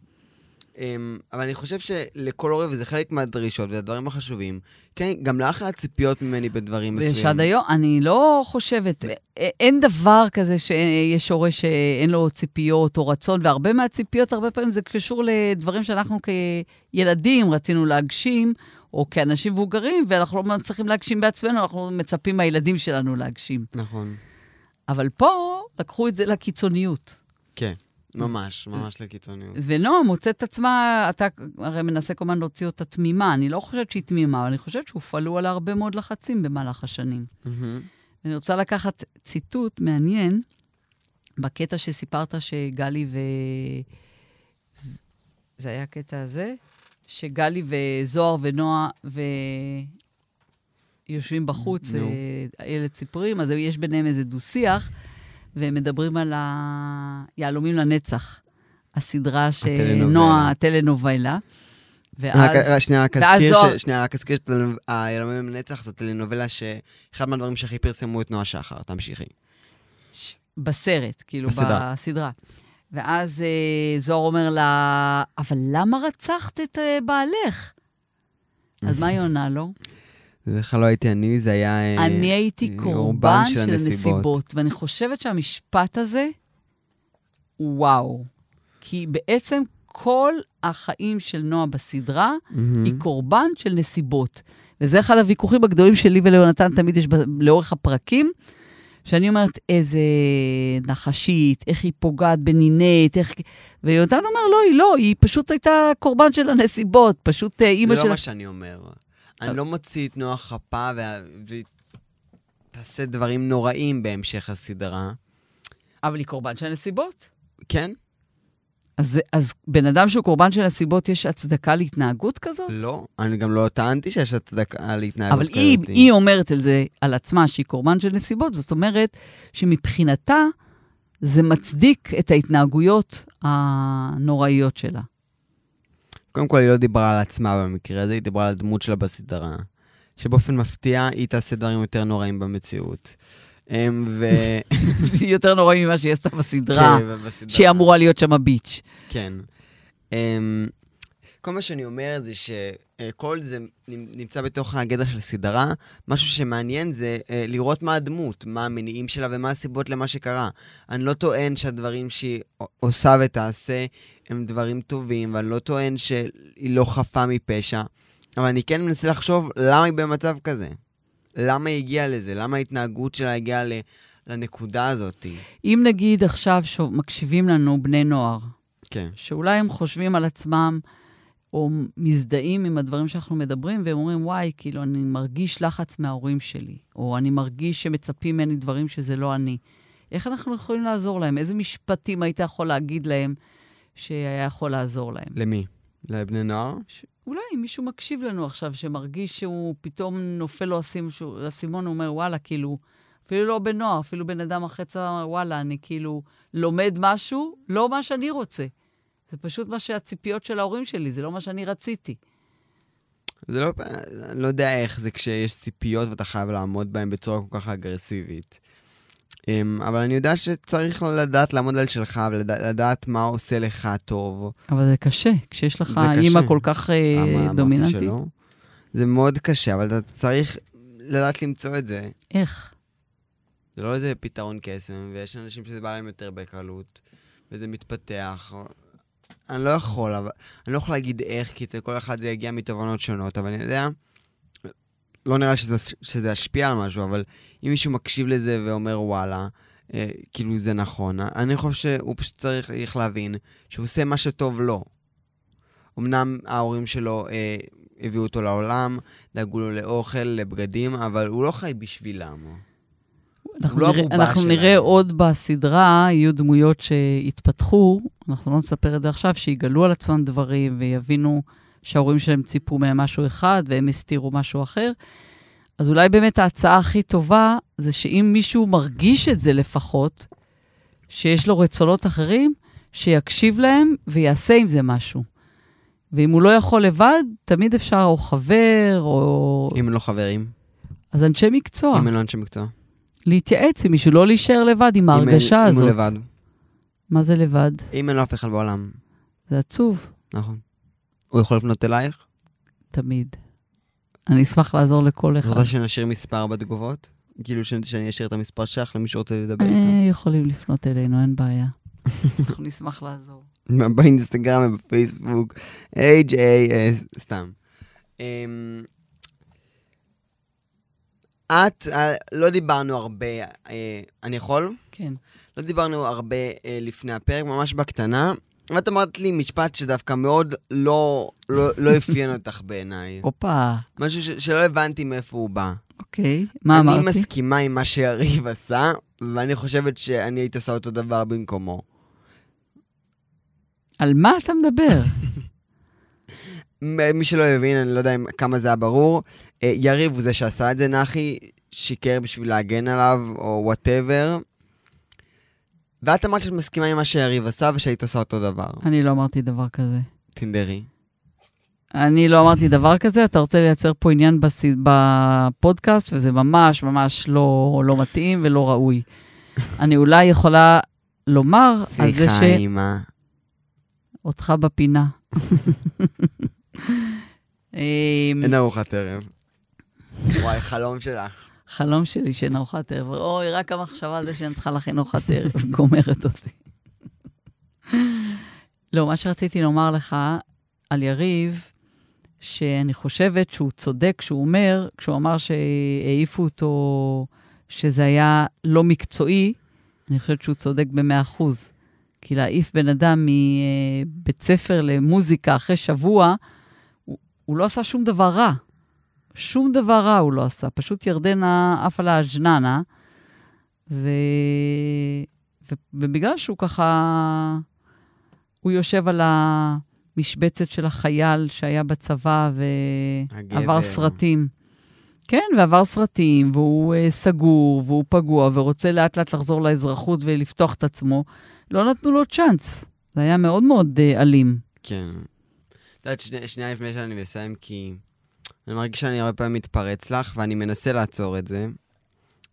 Speaker 1: אמ, אבל אני חושב שלכל הורה, וזה חלק מהדרישות והדברים החשובים, כן, גם לך היה ציפיות ממני בדברים מסוימים.
Speaker 2: ויש עד היום, אני לא חושבת, א- אין דבר כזה שיש הורה שאין לו ציפיות או רצון, והרבה מהציפיות, הרבה פעמים זה קשור לדברים שאנחנו כילדים רצינו להגשים, או כאנשים מבוגרים, ואנחנו לא מצליחים להגשים בעצמנו, אנחנו מצפים מהילדים שלנו להגשים.
Speaker 1: נכון.
Speaker 2: אבל פה לקחו את זה לקיצוניות.
Speaker 1: כן, ממש, ממש לקיצוניות.
Speaker 2: ונועה מוצאת את עצמה, אתה הרי מנסה כל הזמן להוציא אותה תמימה, אני לא חושבת שהיא תמימה, אבל אני חושבת שהופעלו עליה הרבה מאוד לחצים במהלך השנים.
Speaker 1: מהמם.
Speaker 2: אני רוצה לקחת ציטוט מעניין, בקטע שסיפרת שגלי ו... זה היה הקטע הזה? שגלי וזוהר ונועה ו... יושבים בחוץ,
Speaker 1: נו.
Speaker 2: אה, איילת ציפורים, אז יש ביניהם איזה דו-שיח, והם מדברים על היהלומים לנצח, הסדרה שנועה, הטלנובלה.
Speaker 1: רק-
Speaker 2: ואז...
Speaker 1: רק- שנייה, רק
Speaker 2: ואז
Speaker 1: אזכיר
Speaker 2: זוהר-
Speaker 1: ש- שנייה, רק אזכיר שהילמים לנצח זאת טלנובלה שאחד מהדברים שהכי פרסמו את נועה שחר, תמשיכי.
Speaker 2: ש- בסרט, כאילו,
Speaker 1: בסדרה.
Speaker 2: בסדרה. בסדרה. ואז אה, זוהר אומר לה, אבל למה רצחת את אה, בעלך? אז מה היא עונה לו?
Speaker 1: זה בכלל לא הייתי אני, זה היה... אה,
Speaker 2: אני הייתי
Speaker 1: אה,
Speaker 2: קורבן
Speaker 1: של
Speaker 2: של
Speaker 1: הנסיבות."
Speaker 2: הנסיבות. ואני חושבת שהמשפט הזה, הוא וואו. כי בעצם כל החיים של נועה בסדרה,
Speaker 1: מהמם.
Speaker 2: היא קורבן של נסיבות. וזה אחד הוויכוחים הגדולים שלי וליונתן תמיד יש ב- לאורך הפרקים, שאני אומרת, איזה נחשית, איך היא פוגעת בנינט, איך... ויונתן אומר, לא, היא לא, היא פשוט הייתה קורבן של הנסיבות, פשוט אה, אימא
Speaker 1: זה לא
Speaker 2: שלה...
Speaker 1: מה שאני אומר. אני לא מוציא את נועה חפה וה- והיא תעשה דברים נוראים בהמשך הסדרה.
Speaker 2: אבל היא קורבן של הנסיבות.
Speaker 1: כן?
Speaker 2: אז, אז בן אדם שהוא קורבן של הנסיבות, יש הצדקה להתנהגות כזאת?
Speaker 1: לא. אני גם לא טענתי שיש הצדקה להתנהגות
Speaker 2: אבל
Speaker 1: כזאת.
Speaker 2: היא, היא אומרת על זה, על עצמה, שהיא קורבן של נסיבות, זאת אומרת שמבחינתה זה מצדיק את ההתנהגויות הנוראיות שלה. *laughs*
Speaker 1: קודם כל, היא לא דיברה על עצמה במקרה הזה, היא דיברה על הדמות שלה בסדרה. שבאופן מפתיע, היא תעשה דברים יותר נוראים במציאות. אמ, ו...
Speaker 2: יותר נוראי ממה שהיא עשתה בסדרה,
Speaker 1: *laughs* כן, בסדרה.
Speaker 2: שהיא אמורה להיות שם ביץ'.
Speaker 1: כן. אמ, כל מה שאני אומר זה שכל זה נמ- נמצא בתוך הגדר של סדרה. משהו שמעניין זה אה, לראות מה הדמות, מה המניעים שלה ומה הסיבות למה שקרה. אני לא טוען שהדברים שהיא ע- עושה ותעשה הם דברים טובים, ואני לא טוען שהיא לא חפה מפשע, אבל אני כן מנסה לחשוב למה היא במצב כזה. למה היא הגיעה לזה? למה ההתנהגות שלה הגיעה ל- לנקודה הזאת?
Speaker 2: אם נגיד עכשיו שוב, מקשיבים לנו בני נוער,
Speaker 1: כן.
Speaker 2: שאולי הם חושבים על עצמם, או מזדהים עם הדברים שאנחנו מדברים, והם אומרים, וואי, כאילו, אני מרגיש לחץ מההורים שלי, או אני מרגיש שמצפים ממני דברים שזה לא אני. איך אנחנו יכולים לעזור להם? איזה משפטים היית יכול להגיד להם שהיה יכול לעזור להם?
Speaker 1: למי? לבני נוער?
Speaker 2: ש... אולי מישהו מקשיב לנו עכשיו, שמרגיש שהוא פתאום נופל לו הסימ- שהוא- האסימון, הוא אומר, וואלה, כאילו, אפילו לא בנוער, אפילו בן אדם אחרי צבא, אומר, וואלה, אני כאילו לומד משהו, לא מה שאני רוצה. זה פשוט מה שהציפיות של ההורים שלי, זה לא מה שאני רציתי.
Speaker 1: זה לא, אני לא יודע איך זה כשיש ציפיות ואתה חייב לעמוד בהן בצורה כל כך אגרסיבית. אמ, אבל אני יודע שצריך לדעת לעמוד על שלך ולדעת מה עושה לך טוב.
Speaker 2: אבל זה קשה, כשיש לך
Speaker 1: זה קשה.
Speaker 2: אימא כל כך
Speaker 1: למה
Speaker 2: אה,
Speaker 1: אמרתי
Speaker 2: דומיננטית.
Speaker 1: שלא? זה מאוד קשה, אבל אתה צריך לדעת למצוא את זה.
Speaker 2: איך?
Speaker 1: זה לא איזה פתרון קסם, ויש אנשים שזה בא להם יותר בקלות, וזה מתפתח. אני לא יכול, אבל... אני לא יכול להגיד איך, כי אצל כל אחד זה יגיע מתובנות שונות, אבל אני יודע, לא נראה שזה, שזה ישפיע על משהו, אבל אם מישהו מקשיב לזה ואומר וואלה, אה, כאילו זה נכון, אני חושב שהוא פשוט צריך, צריך להבין שהוא עושה מה שטוב לו. אמנם ההורים שלו אה, הביאו אותו לעולם, דאגו לו לאוכל, לבגדים, אבל הוא לא חי בשבילם.
Speaker 2: אנחנו,
Speaker 1: לא
Speaker 2: נראה,
Speaker 1: הבובה
Speaker 2: אנחנו
Speaker 1: שלהם.
Speaker 2: נראה עוד בסדרה, יהיו דמויות שיתפתחו, אנחנו לא נספר את זה עכשיו, שיגלו על עצמם דברים ויבינו שההורים שלהם ציפו מהם משהו אחד והם הסתירו משהו אחר. אז אולי באמת ההצעה הכי טובה זה שאם מישהו מרגיש את זה לפחות, שיש לו רצונות אחרים, שיקשיב להם ויעשה עם זה משהו. ואם הוא לא יכול לבד, תמיד אפשר או חבר, או...
Speaker 1: אם הם לא חברים,
Speaker 2: אז אנשי מקצוע.
Speaker 1: אם הם לא אנשי מקצוע.
Speaker 2: להתייעץ עם מישהו, לא להישאר לבד
Speaker 1: אם
Speaker 2: עם
Speaker 1: אין-
Speaker 2: ההרגשה הזאת.
Speaker 1: אם הוא לבד.
Speaker 2: מה זה לבד?
Speaker 1: אם אין לו אף אחד בעולם.
Speaker 2: זה עצוב.
Speaker 1: נכון. הוא יכול לפנות אלייך?
Speaker 2: תמיד. אני אשמח לעזור לכל
Speaker 1: את
Speaker 2: אחד.
Speaker 1: רוצה שנשאיר מספר בתגובות? כאילו ש- שאני אשאיר את המספר שלך למי שרוצה לדבר איתך?
Speaker 2: אה, יכולים לפנות אלינו, אין
Speaker 1: *laughs*
Speaker 2: בעיה. אנחנו נשמח לעזור.
Speaker 1: באינסטגרם ובפייסבוק, H-A-S, סתם. אמ, את, אה, לא דיברנו הרבה, אה, אני יכול?
Speaker 2: כן.
Speaker 1: לא דיברנו הרבה אה, לפני הפרק, ממש בקטנה. ואת אמרת לי משפט שדווקא מאוד לא, לא, לא אפיין אותך בעיניי.
Speaker 2: הופה,
Speaker 1: משהו ש, שלא הבנתי מאיפה הוא בא.
Speaker 2: אוקיי. מה
Speaker 1: אני
Speaker 2: אמרתי?
Speaker 1: מסכימה עם מה שיריב עשה, ואני חושבת שאני הייתי עושה אותו דבר במקומו.
Speaker 2: על מה אתה
Speaker 1: *laughs*
Speaker 2: מדבר?
Speaker 1: מ- מי שלא הבין, אני לא יודע אם- כמה זה היה ברור, אה, יריב הוא זה שעשה את זה, נחי שיקר בשביל להגן עליו, או וואטאבר. ואת אמרת שאת מסכימה עם מה שיריב עשה, ושהיית עושה אותו דבר.
Speaker 2: אני לא אמרתי דבר כזה.
Speaker 1: טינדרי.
Speaker 2: אני לא אמרתי דבר כזה, אתה רוצה לייצר פה עניין בס... בפודקאסט, וזה ממש ממש לא, לא מתאים ולא
Speaker 1: *laughs*
Speaker 2: ראוי. אני אולי יכולה לומר על זה
Speaker 1: סליחה, אימא.
Speaker 2: שאותך בפינה. אמ,
Speaker 1: אין ארוחת ערב. וואי, חלום שלך.
Speaker 2: חלום שלי שאין ארוחת ערב. אוי, רק המחשבה על זה שאני צריכה להכין ארוחת ערב *laughs* גומרת אותי. לא, מה שרציתי לומר לך על יריב, שאני חושבת שהוא צודק כשהוא אומר, כשהוא אמר שהעיפו אותו, שזה היה לא מקצועי, אני חושבת שהוא צודק במאה אחוז. כי להעיף בן אדם מבית ספר למוזיקה אחרי שבוע, הוא, הוא לא עשה שום דבר רע. שום דבר רע הוא לא עשה. פשוט ירדנה עפה לה ג'ננה, ו... ו... ובגלל שהוא ככה, הוא יושב על המשבצת של החייל שהיה בצבא
Speaker 1: הגבר.
Speaker 2: ועבר סרטים. כן, ועבר סרטים, והוא אה, סגור, והוא פגוע, ורוצה לאט-לאט לחזור לאזרחות ולפתוח את עצמו. לא נתנו לו צ'אנס. זה היה מאוד מאוד אה, אלים.
Speaker 1: כן. את יודעת, שני- שנייה לפני שאני מסיים, כי אני מרגיש שאני הרבה פעמים מתפרץ לך, ואני מנסה לעצור את זה.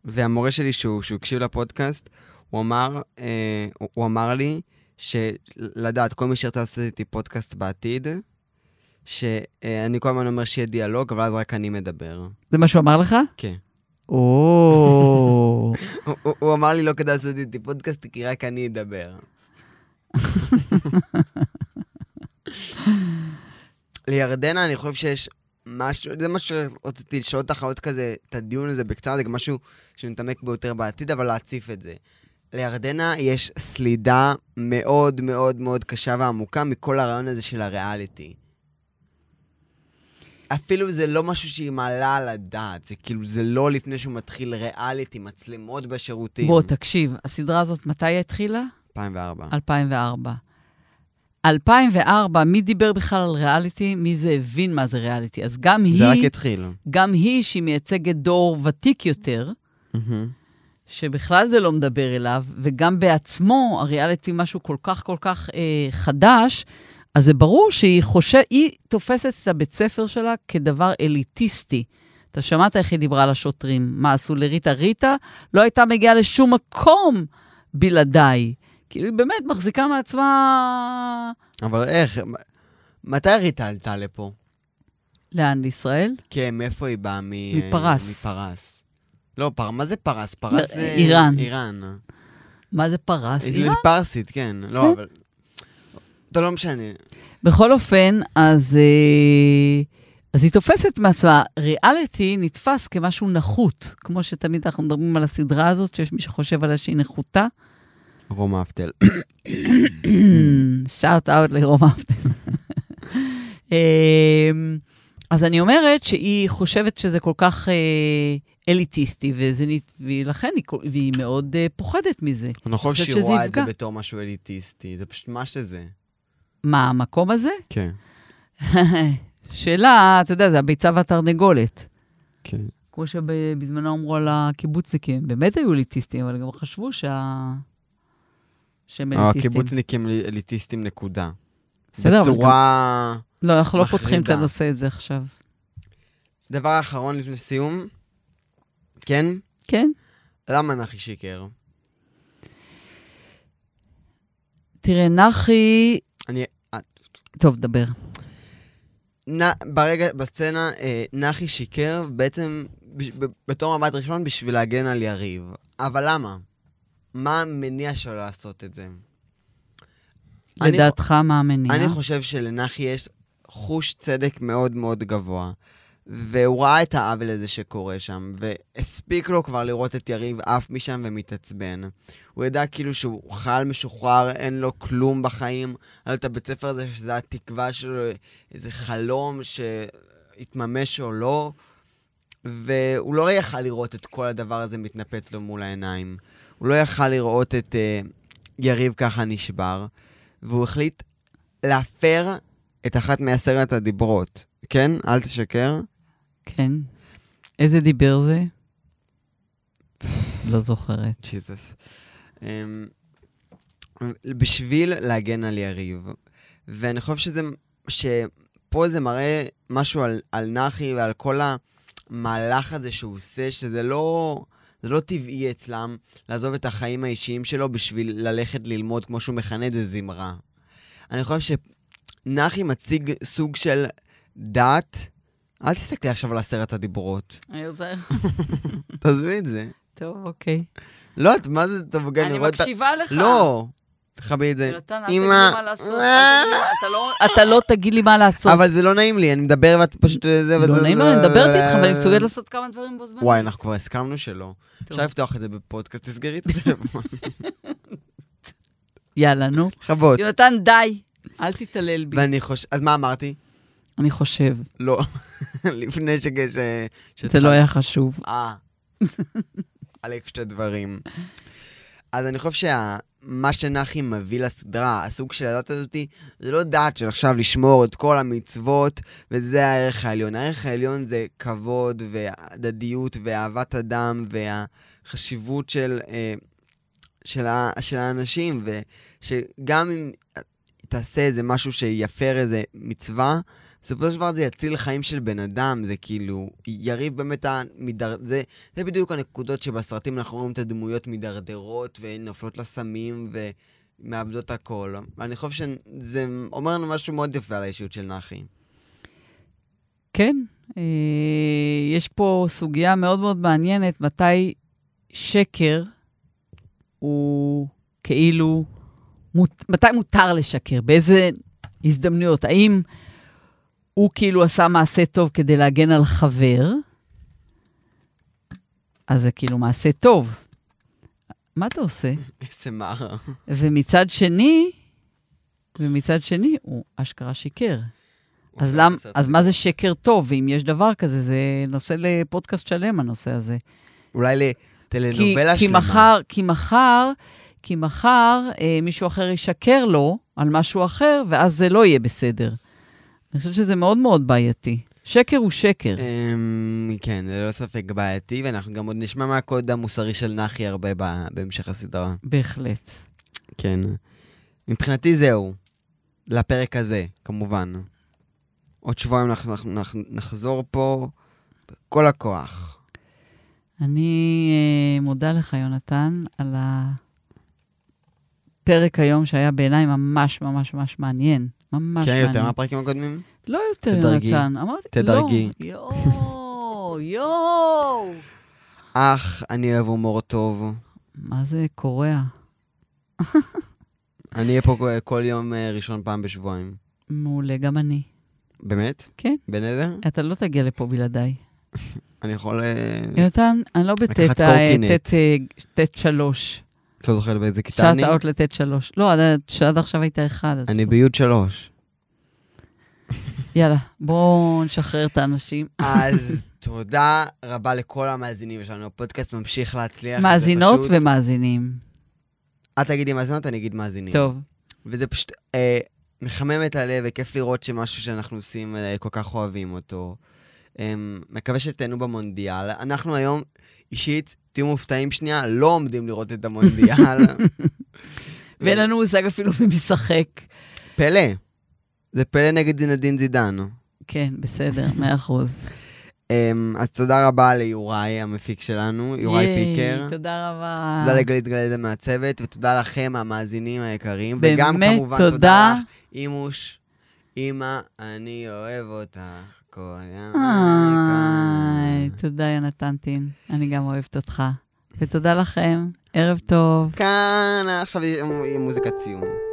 Speaker 1: והמורה שלי, שהוא שהוא הקשיב לפודקאסט, הוא אמר, אה, הוא- הוא אמר לי, שלדעת, כל מי שירצה לעשות איתי פודקאסט בעתיד, שאני כל הזמן אומר שיהיה דיאלוג, אבל אז רק אני מדבר.
Speaker 2: זה מה שהוא אמר לך?
Speaker 1: כן.
Speaker 2: או...
Speaker 1: הוא- הוא- הוא אמר לי, לא כדאי לעשות איתי פודקאסט, כי רק אני אדבר. לירדנה, אני חושב שיש משהו, זה מה שרציתי לשאול אותך, עוד כזה, את הדיון הזה בקצרה, זה גם משהו שנתעמק בו יותר בעתיד, אבל להציף את זה. לירדנה יש סלידה מאוד מאוד מאוד קשה ועמוקה מכל הרעיון הזה של הריאליטי. אפילו זה לא משהו שהיא מעלה על הדעת, זה כאילו, זה לא לפני שהוא מתחיל ריאליטי, מצלמות בשירותים.
Speaker 2: בוא, תקשיב, הסדרה הזאת מתי התחילה?
Speaker 1: 2004.
Speaker 2: 2004. 2004, מי דיבר בכלל על ריאליטי? מי זה הבין מה זה ריאליטי? אז גם
Speaker 1: זה רק
Speaker 2: היא,
Speaker 1: התחיל.
Speaker 2: גם היא, שהיא מייצגת דור ותיק יותר,
Speaker 1: מהמם.
Speaker 2: שבכלל זה לא מדבר אליו, וגם בעצמו, הריאליטי משהו כל כך כל כך אה, חדש, אז זה ברור שהיא חושב, היא תופסת את הבית ספר שלה כדבר אליטיסטי. אתה שמעת איך היא דיברה על השוטרים, מה עשו לריטה? ריטה לא הייתה מגיעה לשום מקום בלעדיי. כאילו, היא באמת מחזיקה מעצמה...
Speaker 1: אבל איך? מ- מתי ריטה עלתה לפה?
Speaker 2: לאן? לישראל?
Speaker 1: כן, מאיפה היא באה? מ...
Speaker 2: מפרס. לא,
Speaker 1: מפרס. לא, פר... מה זה פרס? פרס זה...
Speaker 2: איראן.
Speaker 1: איראן.
Speaker 2: מה זה פרס?
Speaker 1: היא
Speaker 2: איראן?
Speaker 1: פרסית, כן. לא, אבל... טוב, לא משנה.
Speaker 2: בכל אופן, אז, אה, אז היא תופסת מעצמה. ריאליטי נתפס כמשהו נחות, כמו שתמיד אנחנו מדברים על הסדרה הזאת, שיש מי שחושב עליה שהיא נחותה. *clears throat*
Speaker 1: רום אפטל.
Speaker 2: שאט אאוט לרום אפטן. *laughs* אמ, אז אני אומרת שהיא חושבת שזה כל כך אה, אליטיסטי, וזה נית- ולכן היא, כל- והיא מאוד אה, פוחדת מזה.
Speaker 1: אני חושב
Speaker 2: חושבת
Speaker 1: שהיא
Speaker 2: שזה
Speaker 1: רואה את זה
Speaker 2: יפגע.
Speaker 1: בתור משהו אליטיסטי, זה פשוט מה שזה.
Speaker 2: מה, המקום הזה?
Speaker 1: כן,
Speaker 2: שאלה, אתה יודע, זה הביצה והתרנגולת.
Speaker 1: כן.
Speaker 2: כמו שבזמנו אמרו על הקיבוצניקים, הם באמת היו אליטיסטים, אבל גם חשבו שה... שהם
Speaker 1: אה,
Speaker 2: אליטיסטים.
Speaker 1: הקיבוצניקים אל- אליטיסטים, נקודה.
Speaker 2: בסדר, אבל גם...
Speaker 1: בצורה...
Speaker 2: לא, אנחנו לא פותחים את
Speaker 1: מחרידה.
Speaker 2: הנושא הזה עכשיו.
Speaker 1: דבר אחרון לפני סיום. כן?
Speaker 2: כן?
Speaker 1: למה נחי שיקר?
Speaker 2: תראה, נחי,
Speaker 1: אני... אה, את-
Speaker 2: טוב, דבר.
Speaker 1: נ- ברגע, בסצנה, אה, נחי שיקר בעצם בש- ב- בתור מבט ראשון בשביל להגן על יריב. אבל למה? מה המניע שלו לעשות את זה? אני
Speaker 2: לדעתך, מה המניע?
Speaker 1: אני חושב שלנחי יש חוש צדק מאוד מאוד גבוה, והוא ראה את העוול הזה שקורה שם, והספיק לו כבר לראות את יריב עף משם ומתעצבן. הוא ידע כאילו שהוא חייל משוחרר, אין לו כלום בחיים, היה לו את הבית ספר הזה, שזה התקווה שלו, איזה חלום שהתממש או לא, והוא לא יכל לראות את כל הדבר הזה מתנפץ לו מול העיניים. הוא לא יכל לראות את אה, יריב ככה נשבר, והוא החליט להפר את אחת מעשרת הדיברות, כן? אל תשקר.
Speaker 2: כן. איזה דיבר זה? לא זוכרת.
Speaker 1: ג'יזוס. אמ, בשביל להגן על יריב. ואני חושב שזה, שפה זה מראה משהו על, על נחי ועל כל המהלך הזה שהוא עושה, שזה לא, זה לא טבעי אצלם לעזוב את החיים האישיים שלו בשביל ללכת ללמוד, כמו שהוא מכנה את זה, זמרה. אני חושב שנחי מציג סוג של דת. אל תסתכלי עכשיו על עשרת
Speaker 2: *laughs*
Speaker 1: הדיברות.
Speaker 2: אני רוצה...
Speaker 1: תעזבי את זה.
Speaker 2: טוב, אוקיי.
Speaker 1: לא, את מה זה טוב, גן,
Speaker 2: אני
Speaker 1: רואה את ה-
Speaker 2: מקשיבה לך.
Speaker 1: לא, תכבי את זה.
Speaker 2: יונתן, אל תגיד לי
Speaker 1: אמא,
Speaker 2: מה לעשות,
Speaker 1: אה.
Speaker 2: אל תגיד לי- אתה לא- אתה לא תגיד לי מה לעשות.
Speaker 1: אבל זה לא נעים לי, אני מדבר ואת פשוט... אה, זה
Speaker 2: לא
Speaker 1: וזה-
Speaker 2: נעים
Speaker 1: זה-
Speaker 2: לו, אני מדברת איתך, אבל אני
Speaker 1: זה-
Speaker 2: מסוגלת לעשות כמה דברים בו זמן.
Speaker 1: וואי, נכון. אנחנו כבר הסכמנו שלא. אפשר לפתוח את זה *laughs* בפודקאסט, תסגרי את הטלפון.
Speaker 2: יאללה, נו.
Speaker 1: חבות.
Speaker 2: יונתן, די. אל תתעלל בי.
Speaker 1: ואני חושב... אז מה אמרתי?
Speaker 2: אני חושב,
Speaker 1: לא. *laughs* לפני אה, שכש...
Speaker 2: זה לא היה חשוב.
Speaker 1: אה. עלק שתי דברים. אז אני חושב שמה שנחי מביא לסדרה, הסוג של הדת הזאתי, זה לא דת של עכשיו לשמור את כל המצוות, וזה הערך העליון. הערך העליון זה כבוד והדדיות ואהבת אדם והחשיבות של, אה, של, ה, של האנשים, ושגם אם תעשה איזה משהו שיפר איזה מצווה, בסופו של דבר זה יציל חיים של בן אדם, זה כאילו, יריב באמת המדר... זה, זה בדיוק הנקודות שבסרטים אנחנו רואים את הדמויות מידרדרות ונופלות לסמים ומאבדות הכל. אני חושב שזה אומר לנו משהו מאוד יפה על האישיות של נחי.
Speaker 2: כן, אה, יש פה סוגיה מאוד מאוד מעניינת, מתי שקר הוא כאילו, מות, מתי מותר לשקר, באיזה הזדמנויות. האם הוא כאילו עשה מעשה טוב כדי להגן על חבר, אז זה כאילו מעשה טוב. מה אתה עושה?
Speaker 1: איזה מר.
Speaker 2: ומצד שני, ומצד שני, הוא אשכרה שיקר. אז, למ, אז מה זה שקר טוב? ואם יש דבר כזה, זה נושא לפודקאסט שלם, הנושא הזה.
Speaker 1: אולי
Speaker 2: כי,
Speaker 1: לטלנובלה
Speaker 2: כי
Speaker 1: שלמה.
Speaker 2: מחר, כי מחר, כי מחר אה, מישהו אחר ישקר לו על משהו אחר, ואז זה לא יהיה בסדר. אני חושבת שזה מאוד מאוד בעייתי. שקר הוא שקר.
Speaker 1: אמ, כן, זה ללא ספק בעייתי, ואנחנו גם עוד נשמע מהקוד המוסרי של נחי הרבה ב- בהמשך הסדרה.
Speaker 2: בהחלט.
Speaker 1: כן. מבחינתי זהו. לפרק הזה, כמובן. עוד שבועיים אנחנו, אנחנו, אנחנו נחזור פה בכל הכוח.
Speaker 2: אני אה, מודה לך, יונתן, על הפרק היום שהיה בעיניי ממש ממש ממש מעניין. ממש
Speaker 1: כן,
Speaker 2: מעניין.
Speaker 1: יותר מהפרקים הקודמים?
Speaker 2: לא יותר,
Speaker 1: תדרגי.
Speaker 2: יונתן. אמרתי,
Speaker 1: תדרגי.
Speaker 2: לא. יואו, יואו.
Speaker 1: אך, אני אוהב הומור טוב.
Speaker 2: מה זה קורע?
Speaker 1: אני אהיה פה כל- כל יום אה, ראשון פעם בשבועיים.
Speaker 2: מעולה, גם אני.
Speaker 1: באמת?
Speaker 2: כן.
Speaker 1: בנדר?
Speaker 2: אתה לא תגיע לפה בלעדיי.
Speaker 1: אני יכול... אה,
Speaker 2: יונתן, אני לא
Speaker 1: לקחת
Speaker 2: בטט
Speaker 1: קורקינט.
Speaker 2: טט שלוש.
Speaker 1: לא זוכר באיזה כיתה
Speaker 2: שעת
Speaker 1: אני.
Speaker 2: האות לטט שלוש. לא, עד- שעד עכשיו היית אחד. אז
Speaker 1: אני ביוד שלוש.
Speaker 2: יאללה, בואו נשחרר את האנשים.
Speaker 1: אז תודה רבה לכל המאזינים שלנו. הפודקאסט ממשיך להצליח. זה
Speaker 2: מאזינות
Speaker 1: פשוט-
Speaker 2: ומאזינים.
Speaker 1: את תגידי מאזינות, אני אגיד מאזינים.
Speaker 2: טוב.
Speaker 1: וזה פשוט אה, מחמם את הלב, וכיף לראות שמשהו שאנחנו עושים, אה, כל כך אוהבים אותו. אה, מקווה שתהנו במונדיאל. אנחנו היום, אישית, תהיו מופתעים שנייה, לא עומדים לראות את
Speaker 2: *laughs*
Speaker 1: המונדיאל.
Speaker 2: ואין לנו מושג אפילו מי משחק.
Speaker 1: פלא. זה פלא נגד דינדין זידן.
Speaker 2: כן, בסדר, מאה אחוז.
Speaker 1: אה, אז תודה רבה ליוראי, המפיק שלנו, יוראי
Speaker 2: ייי,
Speaker 1: פיקר.
Speaker 2: תודה רבה.
Speaker 1: תודה לגלית גלדה מהצוות, ותודה לכם, המאזינים היקרים. וגם
Speaker 2: באמת,
Speaker 1: כמובן
Speaker 2: תודה.
Speaker 1: לך, אימוש, אמא, אני אוהב אותך. כל ימיי
Speaker 2: אה, איי,
Speaker 1: אה, כאן.
Speaker 2: תודה, יונתנטין. אני גם אוהבת אותך. ותודה לכם, ערב טוב.
Speaker 1: כאן, עכשיו היא היא מוזיקת סיום.